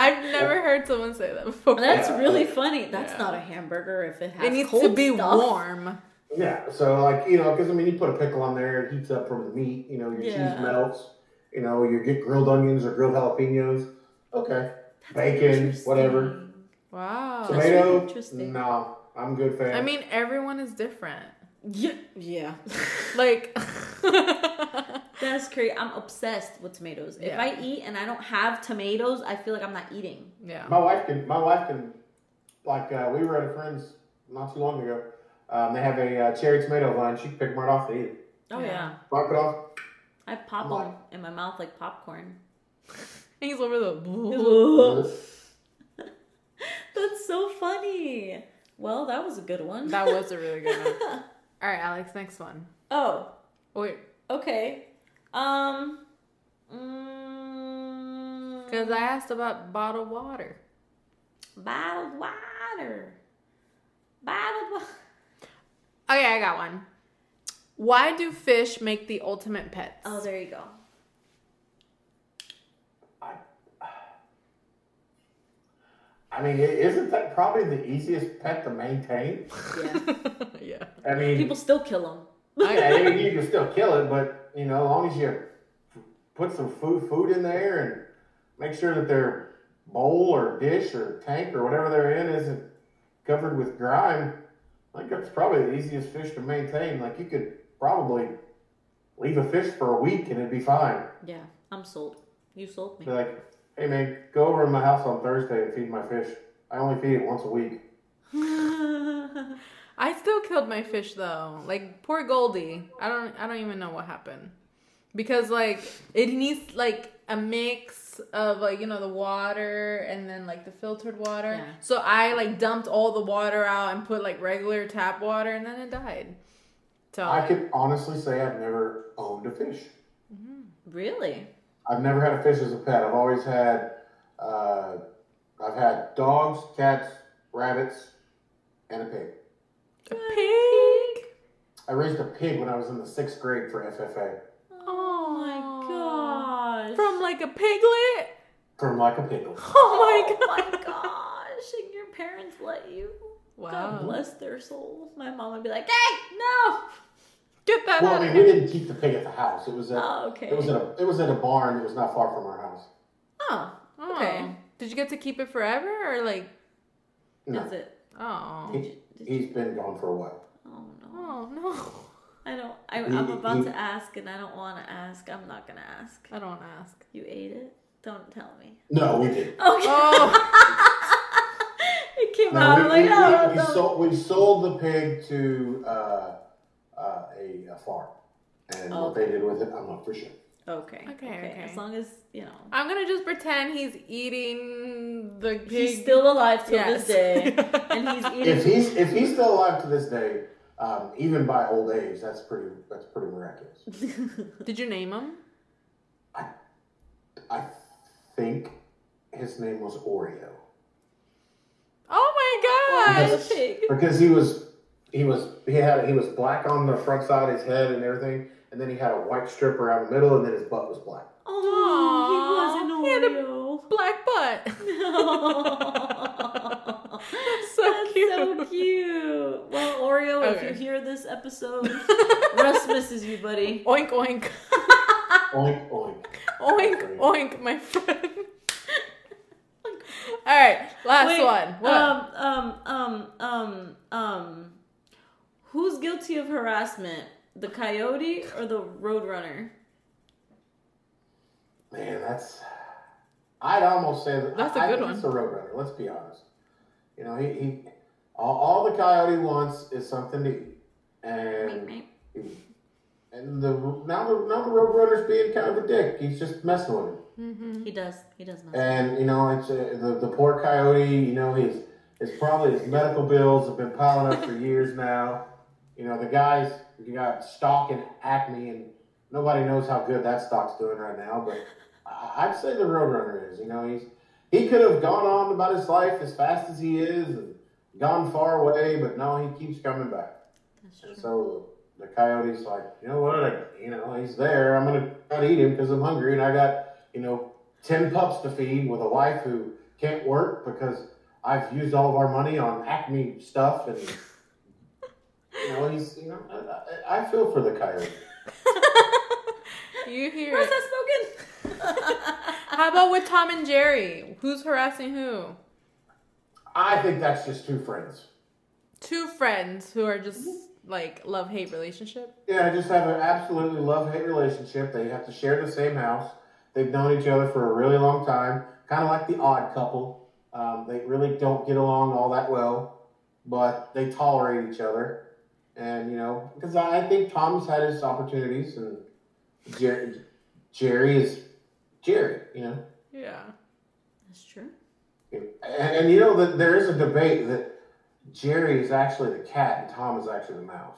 I've never heard someone say that before. That's Yeah. really funny. That's Yeah. not a hamburger if it has it needs to cold be stuff. warm. Yeah, so like you know, because I mean, you put a pickle on there, it heats up from the meat. You know, your Yeah. cheese melts. You know, you get grilled onions or grilled jalapenos. Okay, bacon, whatever. Interesting. Wow. Oh, That's really Tomato? interesting. No, I'm a good fan. I mean, everyone is different. Yeah. yeah. Like. That's crazy. I'm obsessed with tomatoes. If Yeah. I eat and I don't have tomatoes, I feel like I'm not eating. yeah. my wife can. My wife can. Like uh, we were at a friend's not too long ago. Um, they have a uh, cherry tomato vine. She can pick them right off to eat. Oh, Yeah. yeah. Rock it off. I pop Why? them in my mouth like popcorn. He's over the. That's so funny. Well, that was a good one. that was a really good one. All right, Alex, next one. oh, Wait, okay. Um. mm, because I asked about bottled water. Bottled water. Bottled water. Okay, I got one. Why do fish make the ultimate pets? Oh, there you go. I, I mean, i- isn't that probably the easiest pet to maintain? Yeah. yeah. I mean, People still kill them. Yeah, I, I mean, you can still kill it, but you know, as long as you f- put some food food in there and make sure that their bowl or dish or tank or whatever they're in isn't covered with grime, I think that's probably the easiest fish to maintain. Like you could probably leave a fish for a week and it'd be fine. Yeah, I'm sold. You sold me. Be like, hey man, go over to my house on Thursday and feed my fish. I only feed it once a week. I still killed my fish though. Like poor Goldie. I don't. I don't even know what happened. Because like it needs like a mix of like you know the water and then like the filtered water. Yeah. So I like dumped all the water out and put like regular tap water and then it died. So Oh. I could honestly say I've never owned a fish. really? I've never had a fish as a pet. I've always had, uh, I've had dogs, cats, rabbits, and a pig. A pig. I raised a pig when I was in the sixth grade for FFA. Oh Oh my gosh. From like a piglet. From like a pickle. Oh my god. my gosh. And your parents let you. Wow. God bless their soul. My mom would be like, hey, no. Get that Well, out I of mean, we here. didn't keep the pig at the house. It was at, Oh, okay. it was at a it was at a barn that was not far from our house. oh, Oh. okay. Did you get to keep it forever or like? No. That's it. Oh. He, he's been gone for a while. Oh, no. Oh no. I don't. I, He- I'm about he- to ask and I don't want to ask. I'm not going to ask. I don't want to ask. You ate it? Don't tell me. No, we didn't. Okay. Oh. it came No, out. we, I'm like, we, oh, we, we no. sold, we sold the pig to uh, uh, a, a farm. And Oh, what they did with it, I'm not for sure. okay, okay. Okay, okay. As long as, you know. I'm gonna just pretend he's eating the pig. He's still alive till Yes. this day. and he's If eating. he's if he's still alive to this day, um, even by old age, that's pretty that's pretty miraculous. Did you name him? I think his name was Oreo Oh my Why gosh. the pig? because he was he was he had he was black on the front side of his head and everything, and then he had a white strip around the middle, and then his butt was black. Oh, Aw, he he was had an a- Oreo. Black butt. That's so cute. so cute. Well, Oreo, if Okay. you hear this episode, Russ misses you, buddy. oink oink. Oink oink. Oink oink, my friend. All right, last Wait, one. What? Um, um, um, um, um. Who's guilty of harassment? The coyote or the roadrunner? Man, that's. I'd almost say that. That's a a good It's a roadrunner. Let's be honest. You know, he, he all, all the coyote wants is something to eat, and and the now the now the roadrunner's being kind of a dick. He's just messing with him, mm-hmm. He does. He does not. and you know, it's uh, the the poor coyote. You know, he's it's probably his medical bills have been piling up for years now. You know, the guys you got stock and acne, and nobody knows how good that stock's doing right now. But I- I'd say the Roadrunner is. You know, he's he could have gone on about his life as fast as he is and gone far away, but no, he keeps coming back. That's And true. so the coyote's like, you know what? I, you know, he's there. I'm gonna try to eat him because I'm hungry and I got you know ten pups to feed with a wife who can't work because I've used all of our money on Acme stuff and. You know, he's, you know, I- I, I feel for the coyote. You hear Russ it. has spoken. How about with Tom and Jerry? Who's harassing who? I think that's just two friends. Two friends who are just like love hate relationship. Yeah, just have an absolutely love hate relationship. They have to share the same house. They've known each other for a really long time, kind of like the odd couple. Um, they really don't get along all that well, but they tolerate each other. And, you know, because I I think Tom's had his opportunities and Jerry, Jerry is Jerry, you know. Yeah. That's true. And, and you know, that there is a debate that Jerry is actually the cat and Tom is actually the mouse.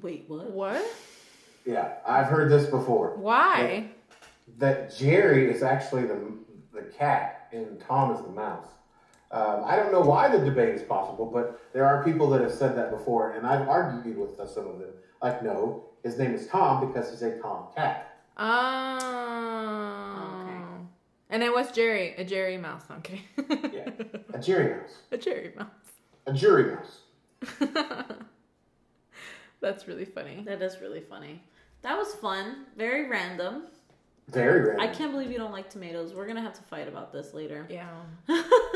Wait, what? What? Yeah, I've heard this before. Why? that Jerry is actually the the cat and Tom is the mouse. Um, I don't know why the debate is possible, but there are people that have said that before, and I've argued with some of them. Like, no, his name is Tom because he's a tomcat. Oh. Okay. Um, And it was Jerry, a Jerry mouse. No, I'm kidding. Yeah. A Jerry mouse. a Jerry mouse. A jury mouse. That's really funny. That is really funny. That was fun. Very random. Very random. I can't believe you don't like tomatoes. We're gonna have to fight about this later. Yeah.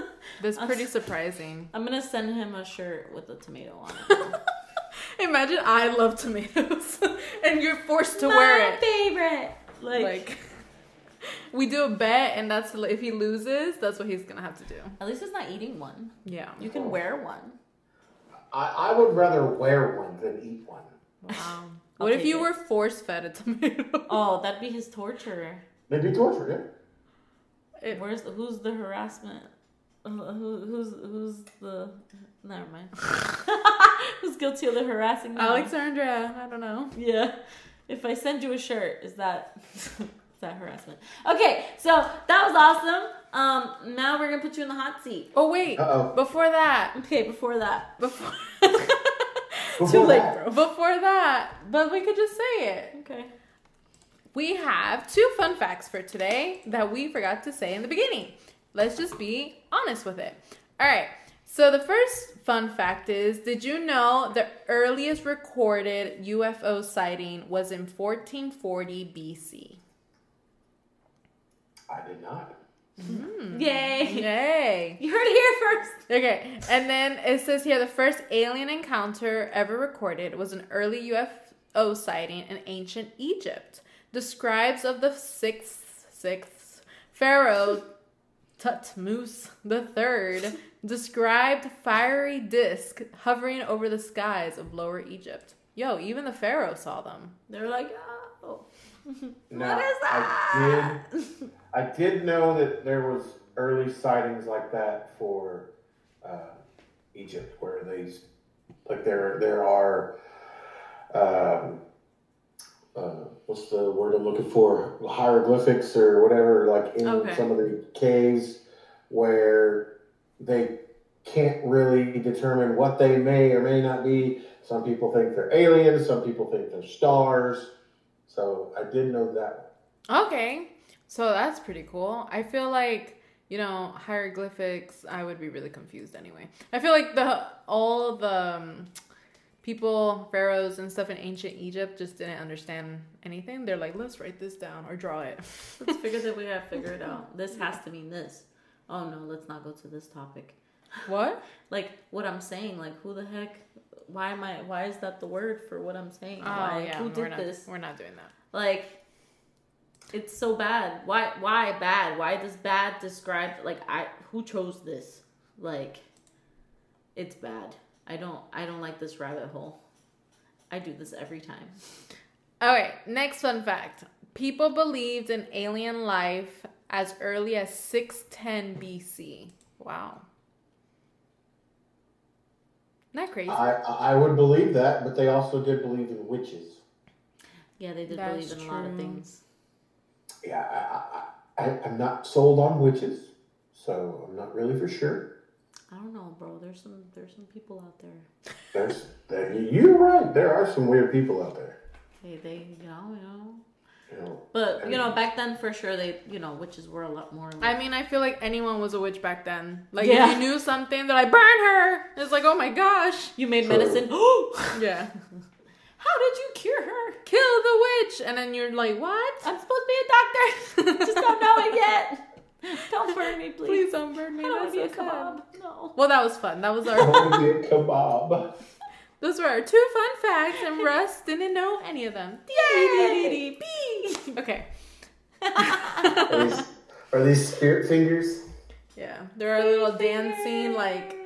That's pretty surprising. I'm gonna send him a shirt with a tomato on it. Imagine I love tomatoes and you're forced to wear it. favorite. Like, Like we do a bet and that's if he loses, that's what he's going to have to do. at least it's not eating one. Yeah. You can wear one. I, I would rather wear one than eat one. Wow. I'll what if take you it. were force fed a tomato? Oh, that'd be his torture. Maybe torture, yeah. It- Where's who's the harassment? Uh, Who, who's who's the? Never mind. who's guilty of the harassing? now? Alexandra, I don't know. Yeah. If I send you a shirt, is that that harassment? Okay, so that was awesome. Um, now we're gonna put you in the hot seat. Oh wait, Uh-oh. before that, Okay, before that, before too Before late, that, bro. before that, but we could just say it. Okay. We have two fun facts for today that we forgot to say in the beginning. Let's just be honest with it. All right. So the first fun fact is, did you know the earliest recorded UFO sighting was in 1440 BC? I did not. Yay! Yay. You heard it here first. Okay. And then it says here the first alien encounter ever recorded was an early UFO sighting in ancient Egypt. The scribes of the sixth sixth pharaoh Tutmosis III described fiery disc hovering over the skies of Lower Egypt. Yo, even the pharaoh saw them. They were like, oh. No, What is I did. I did know that there was early sightings like that for uh, Egypt, where these like there there are. Um, uh, what's the word I'm looking for? Hieroglyphics or whatever, like in Okay. some of the caves where they can't really determine what they may or may not be. Some people think they're aliens, some people think they're stars. So I did know that. Okay. So that's pretty cool. I feel like, you know, hieroglyphics, I would be really confused anyway. I feel like the all the um, people, pharaohs and stuff in ancient Egypt just didn't understand anything. They're like, "Let's write this down or draw it." Let's figure that we gotta figure it out. This has to mean this. Oh no, let's not go to this topic. what? Like what I'm saying, like who the heck? Why am I? Why is that the word for what I'm saying? Oh, Why- yeah. who we're did not this? we're not doing that. Like, it's so bad. Why? Why bad? Why does bad describe? Like, I who chose this? Like, it's bad. I don't. I don't like this rabbit hole. I do this every time. All right, next fun fact. People believed in alien life as early as 610 BC. Wow. Isn't that crazy? I I would believe that, but they also did believe in witches. Yeah, they did That's believe in a lot of true. things. Yeah, I, I, I, I'm not sold on witches, so I'm not really for sure. I don't know, bro. There's some. There's some people out there. There's, there, you're right. There are some weird people out there. They. They. You know. You know. You know, But you know, back then for sure they. You know, witches were a lot more. Like, I mean, I feel like anyone was a witch back then. Like, Yeah. if you knew something, they're like, burn her! It's like, oh my gosh. you made True. medicine. How Yeah. did you cure her? Kill the witch! And then you're like, what? I'm supposed to be a doctor. Just don't know it yet. Don't burn me, please. Please don't burn me. I don't want That's to be a so kebab. sad. No. Well, that was fun. That was I our. want to be a kebab. those were our two fun facts, and Russ didn't know any of them. Yay! Okay. Are these, are these spirit fingers? Yeah, there are little dancing, like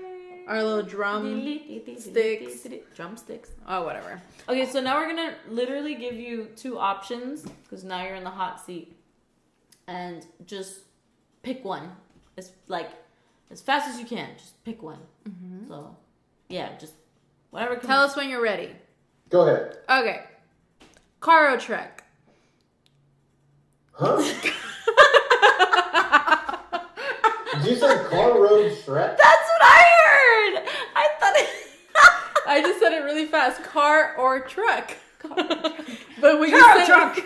our little Um, drum. sticks. Drumsticks. Oh, whatever. Okay, so now we're gonna literally give you two options because now you're in the hot seat, and just pick one. It's like as fast as you can. Just pick one. So, yeah, just whatever. Comes. Tell us when you're ready. Go ahead. Okay. Caro Trek. Huh? Did you say car road Shrek? That's what I heard. I thought. It- I just said it really fast. Car or truck. but when Car or you say truck.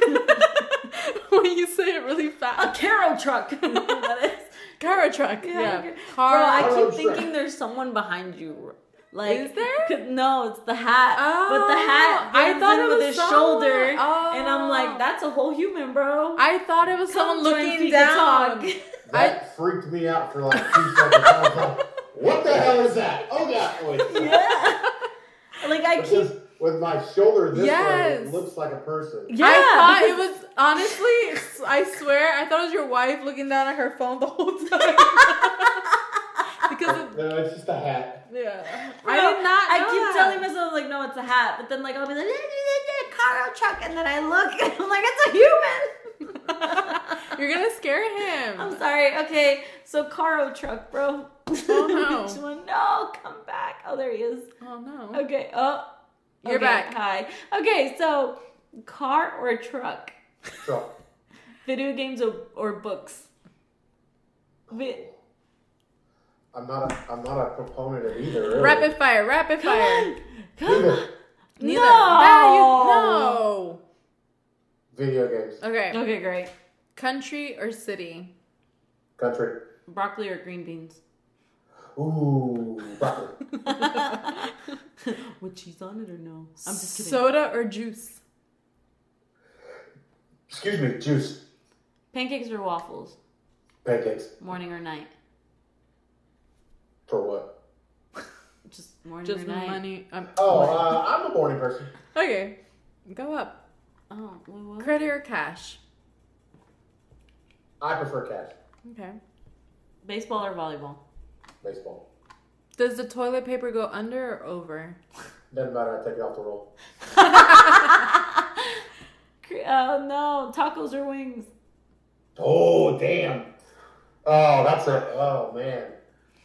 when you say it really a fast, Carol truck. that is. car or truck. Yeah. Yeah. okay. Car. Bro, I Car keep road thinking truck. there's someone behind you. Like, Is there? 'cause- No, it's the hat. but the Oh, hat. I blends thought in it with was his someone. shoulder, Oh. and I'm like, that's a whole human, bro. I thought it was someone Come join looking Fika down. Talk. That freaked me out for like two seconds. I was like, what the hell is that? Oh god! Wait. yeah. Like I keep. Because with my shoulder this way, Yes. it looks like a person. Yeah. I thought it was honestly. I swear, I thought it was your wife looking down at her phone the whole time. because of No, it's just a hat. yeah, Bro, I did not. I know keep that. telling myself like, no, it's a hat. But then like I'll be like, "Yeah, yeah, yeah, car out truck, and then I look and I'm like, it's a human. You're gonna scare him. I'm sorry. Okay, so Caro truck, bro. Oh, no. Which one? No, come back. Oh, there he is. Oh no. Okay. Oh, You're okay, back. Hi. Okay, so car or truck? Truck. Video games or, or books? Vi- I'm not a I'm not a proponent of either. Really. Rapid fire, rapid Come fire. on. Come on. Neither. Neither. No. That you- Video games, no. Okay. Okay, great. Country or city? country. Broccoli or green beans? Ooh, broccoli. With cheese on it or no? I'm just kidding. Soda or juice? Excuse me, juice, Pancakes or waffles? pancakes Morning or night? for what? Just morning Just or night. money. Um, Oh, uh, I'm a morning person. Okay. Go up. Oh, well, what? Credit or cash? I prefer cash. Okay. baseball or volleyball? Baseball. Does the toilet paper go under or over? Doesn't matter. I take it off the roll. Cre- Oh no, tacos or wings? Oh damn! Oh, that's a oh man.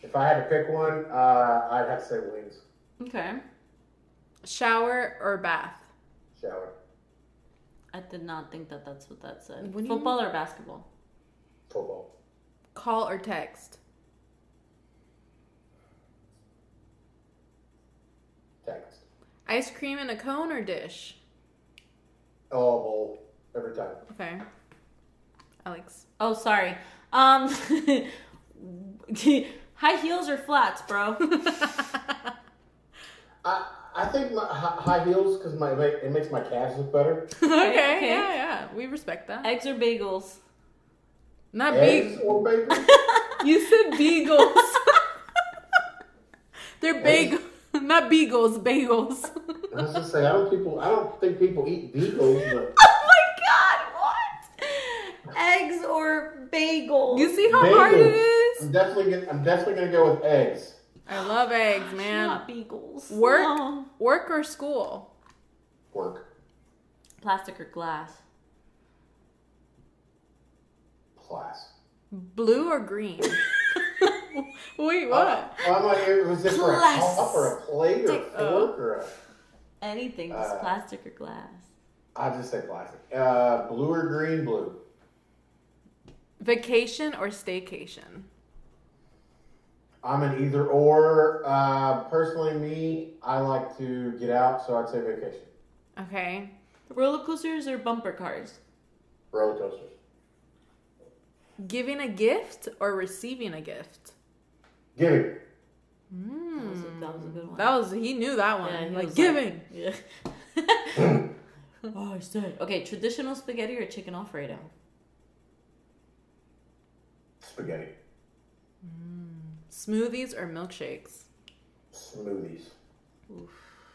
If I had to pick one, uh, I'd have to say wings. Okay. Shower or bath? Shower, I did not think that that's what that said. What do you Football or basketball? football, Call or text? text, Ice cream in a cone or dish? oh bowl every time. Okay. Alex. Oh, sorry. Um, high heels or flats, bro? I I think my hi- high heels because my it makes my calves look better. okay, okay. yeah, yeah. We respect that. Eggs or bagels? Not Eggs beef. or bacon? You said beagles. Oh They're big, not beagles, bagels. I was just saying I don't people I don't think people eat beagles. But Oh my god, what? Eggs or bagels? you see how hard it Bagels. is? I'm definitely gonna, I'm definitely gonna go with eggs. I love eggs, man. Not bagels. Work, No. work or school? Work Plastic or glass? class. Blue or green? Wait, what? Oh, I'm like, it was it for a Class. cup or a plate or a Dick- oh. fork or a. Anything, just Uh, plastic or glass. I'll just say plastic. Uh, blue or green? Blue. Vacation or staycation? I'm an either or. Uh, personally, me, I like to get out, so I'd say vacation. Okay. Roller coasters or bumper cars? Roller coasters. Giving a gift or receiving a gift? Giving. That, was a, that was a good one. Hmm. That was he knew that one. Yeah, he like was giving. Yeah. oh, I said. Okay, traditional spaghetti or chicken alfredo? Spaghetti. Smoothies or milkshakes? Smoothies.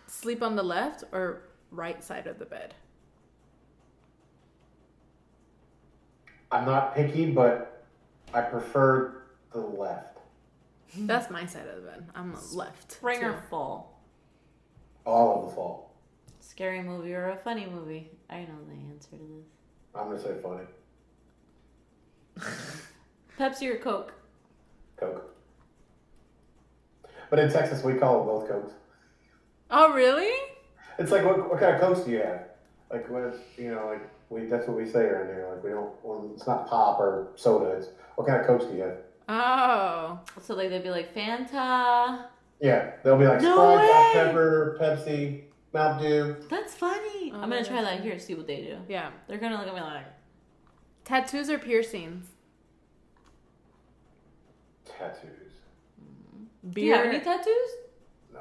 Sleep on the left or right side of the bed? I'm not picky, but I prefer the left. That's my side of the bed. I'm left. Spring too. or fall? All of the fall. Scary movie or a funny movie? I know the answer to this. I'm gonna say funny. Pepsi or Coke? Coke. But in Texas, we call them both cokes. Oh really? It's like, what, what kind of cokes do you have? Like, what you know, like we that's what we say around here. Like, we don't. well, It's not pop or soda. It's what kind of cokes do you have? Oh. So like they'd be like Fanta. Yeah, they'll be like No Sprite, Dr way! Pepper, Pepsi, Mountain Dew. That's funny. Oh, I'm gonna that try is that here. See what they do. Yeah. They're gonna look at me like Tattoos or piercings? Tattoos. Do you have Beer. any tattoos? No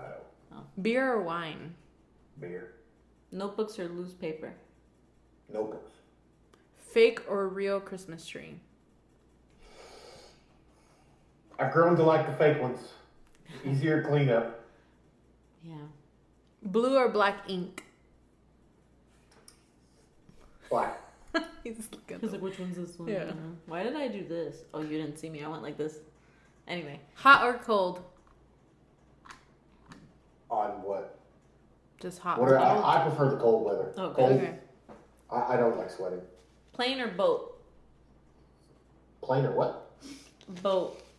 beer or wine? beer. Notebooks or loose paper? No books. Fake or real Christmas tree? I've grown to like the fake ones. Easier cleanup. Yeah. Blue or black ink? Black. He's looking. He's like, which one's this one? Yeah. You know? Why did I do this? Oh, you didn't see me. I went like this. Anyway, Hot or cold? On what? Just Uh, hot. What are, I, I prefer the cold weather. Oh, Okay. Cold. okay. I, I don't like sweating. plane or boat? Plane or what? Boat.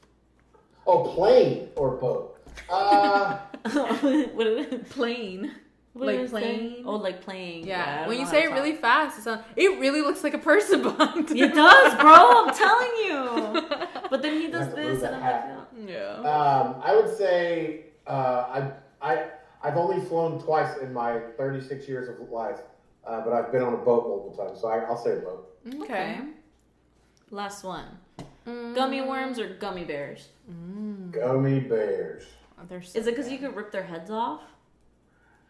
Oh, plane or boat. Uh, what is it? Plain. What Like did I say? plane? Oh, like playing. Yeah. I don't when know you how say to it really talk. fast, it, sound, it really looks like a person behind it does, bro. I'm telling you. But then he does Like a this, robot and I'm hat. like, yeah. Um, I would say uh, I, I, I've only flown twice in my 36 years of life, uh, but I've been on a boat multiple times, so I, I'll say boat. Okay. okay. Last one. Gummy worms or gummy bears? Mm, Gummy bears. Is it because you could rip their heads off?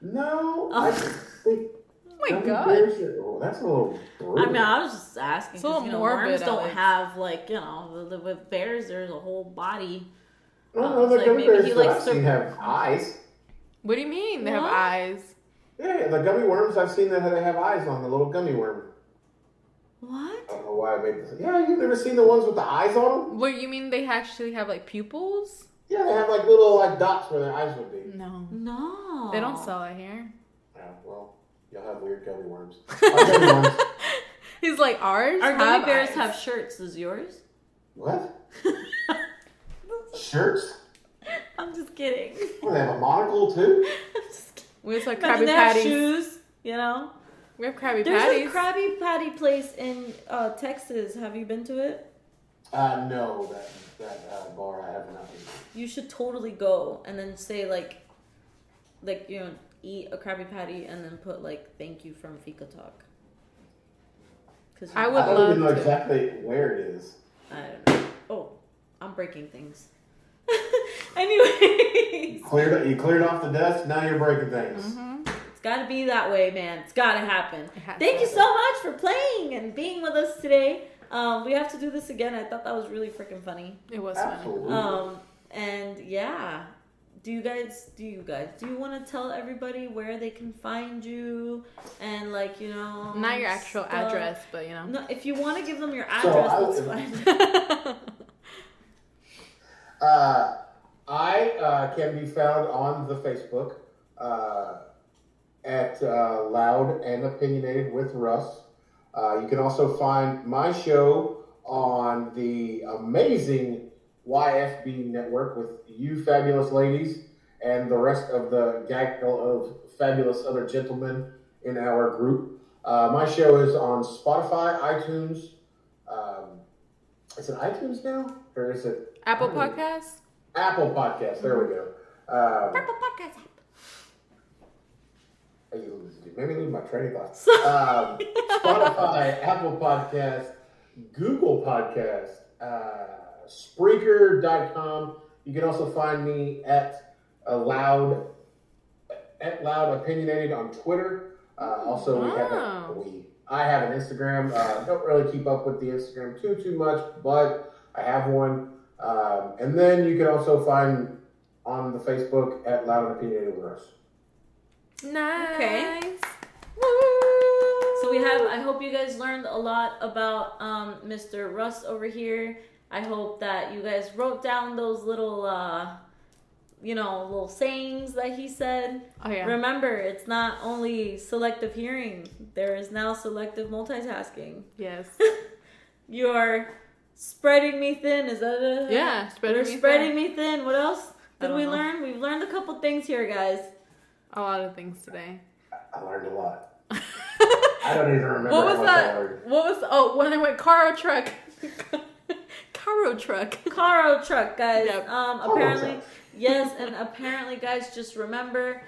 No, I Oh. think Oh my gummy god. bears are- oh, that's a little brutal. I mean, I was just asking. 'cause, It's a little you know, morbid, worms don't Alex. have like you know the, with bears. There's a whole body. I don't I know, was Oh, the like, gummy maybe bears he that likes I've to- seen have eyes. What do you mean? They have What? eyes. Yeah, the gummy worms I've seen that they have eyes on the little gummy worm. I What? don't know why I made this. Yeah, you've never seen the ones with the eyes on them? What you mean? They actually have like pupils? Yeah, they have like little like dots where their eyes would be. No. No, They don't sell it here. Yeah, well, y'all have weird gummy worms. Our gummy worms. He's like ours. Our gummy bears eyes." have shirts. Is yours? What? Shirts? I'm just kidding. What, they have a monocle too? I'm just kidding. We just like But then Krabby they have Patties. shoes. You know, We have Krabby there's Patties. a Krabby Patty place in uh, Texas. Have you been to it? Uh, no, that, that uh, bar I have nothing. You should totally go and then say like, like you know, eat a Krabby Patty and then put like, "Thank you from Fika Talk." Because I would I don't even know love to. exactly where it is. I don't know. Oh, I'm breaking things. Anyways, Cleared, you cleared off the dust, now you're breaking things. it's got to be that way, man. It's got to happen. Mm-hmm. It has Thank to you so much for playing and being with us today. Um, we have to do this again. I thought that was really freaking funny. It was funny. Absolutely. Um, and yeah, do you guys? Do you guys? Do you want to tell everybody where they can find you and like you know? Not your actual stuff? address, but you know. No, if you want to give them your So, address, I- that's fine. Uh, I uh, can be found on the Facebook uh, at uh, Loud and Opinionated with Russ. Uh, you can also find my show on the amazing YFB network with you fabulous ladies and the rest of the gaggle of fabulous other gentlemen in our group. Uh, my show is on Spotify, iTunes. Um, is it iTunes now? Or is it Apple Podcasts. Apple Podcast. There we go. Um, Purple podcast. I used to do- maybe lose my train of thought. Um, Spotify, Apple Podcast, Google Podcast, uh, Spreaker.com. You can also find me at uh, loud at loud opinionated on Twitter. Uh, also, we have Wow. a, we I have an Instagram. Uh, don't really keep up with the Instagram too too much, but I have one. Um, and then you can also find on the Facebook at Loud and Opinionated with us. Nice. Okay. Woo. So we have. I hope you guys learned a lot about um, Mr. Russ over here. I hope that you guys wrote down those little, uh, you know, little sayings that he said. Oh yeah. Remember, it's not only selective hearing. There is now selective multitasking. yes. You are spreading me thin. Is that a Yeah. Spreading. You're me spreading me thin. What else I did don't we know. learn? We've learned a couple things here, guys. a lot of things today. I learned a lot. I don't even remember What was how much I learned. that? What was oh when I went caro truck, caro truck. Caro truck, guys. Yep. Um, Caro apparently, truck. yes, and apparently, guys, just remember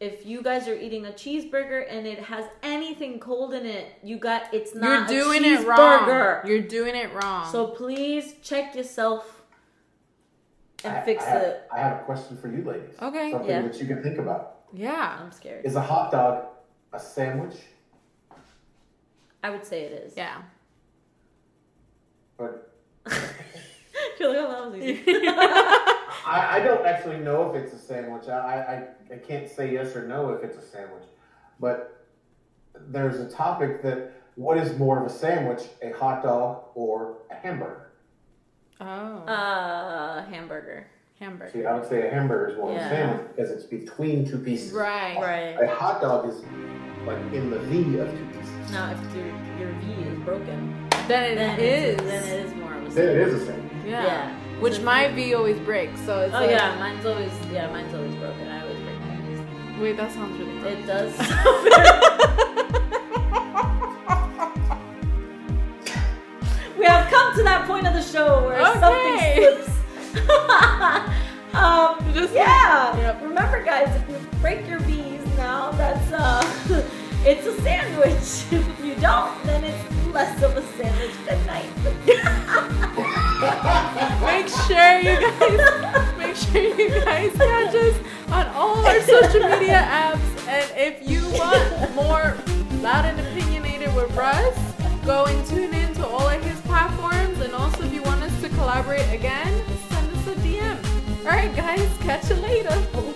if you guys are eating a cheeseburger and it has anything cold in it, you got it's You're not doing a it wrong. cheeseburger. You're doing it wrong. So please check yourself and I- fix I have, it. I have a question for you ladies. Okay. Something Yeah. that you can think about. yeah, I'm scared. Is a hot dog a sandwich? I would say it is. yeah. But You're like, oh, that was easy. I, I don't actually know if it's a sandwich. I, I- I, I can't say yes or no if it's a sandwich. But there's a topic that what is more of a sandwich, a hot dog or a hamburger? Oh, Uh, hamburger. hamburger. See, I would say a hamburger is more of Yeah. a sandwich because it's between two pieces. Right. Right. A hot dog is like in the V of two pieces. Now, if your your V is broken, Then then it is. It's, then it is more of a Then it is a sandwich. Yeah. Yeah. Which my V always breaks. So it's Oh like, yeah, mine's always yeah, mine's always broken. I always break my knees. Wait, that sounds really gross. It does. we have come to that point of the show where Okay. something slips. um, Just- yeah. Yep. Remember, guys, if you break your bees now, that's uh, it's a sandwich. if you don't, then it's less of a sandwich. Good Make sure you guys night. make sure you guys catch us on all our social media apps. And if you want more loud and opinionated with Russ, go and tune in to all of his platforms. And also, if you want us to collaborate again, send us a DM. All right, guys, catch you later.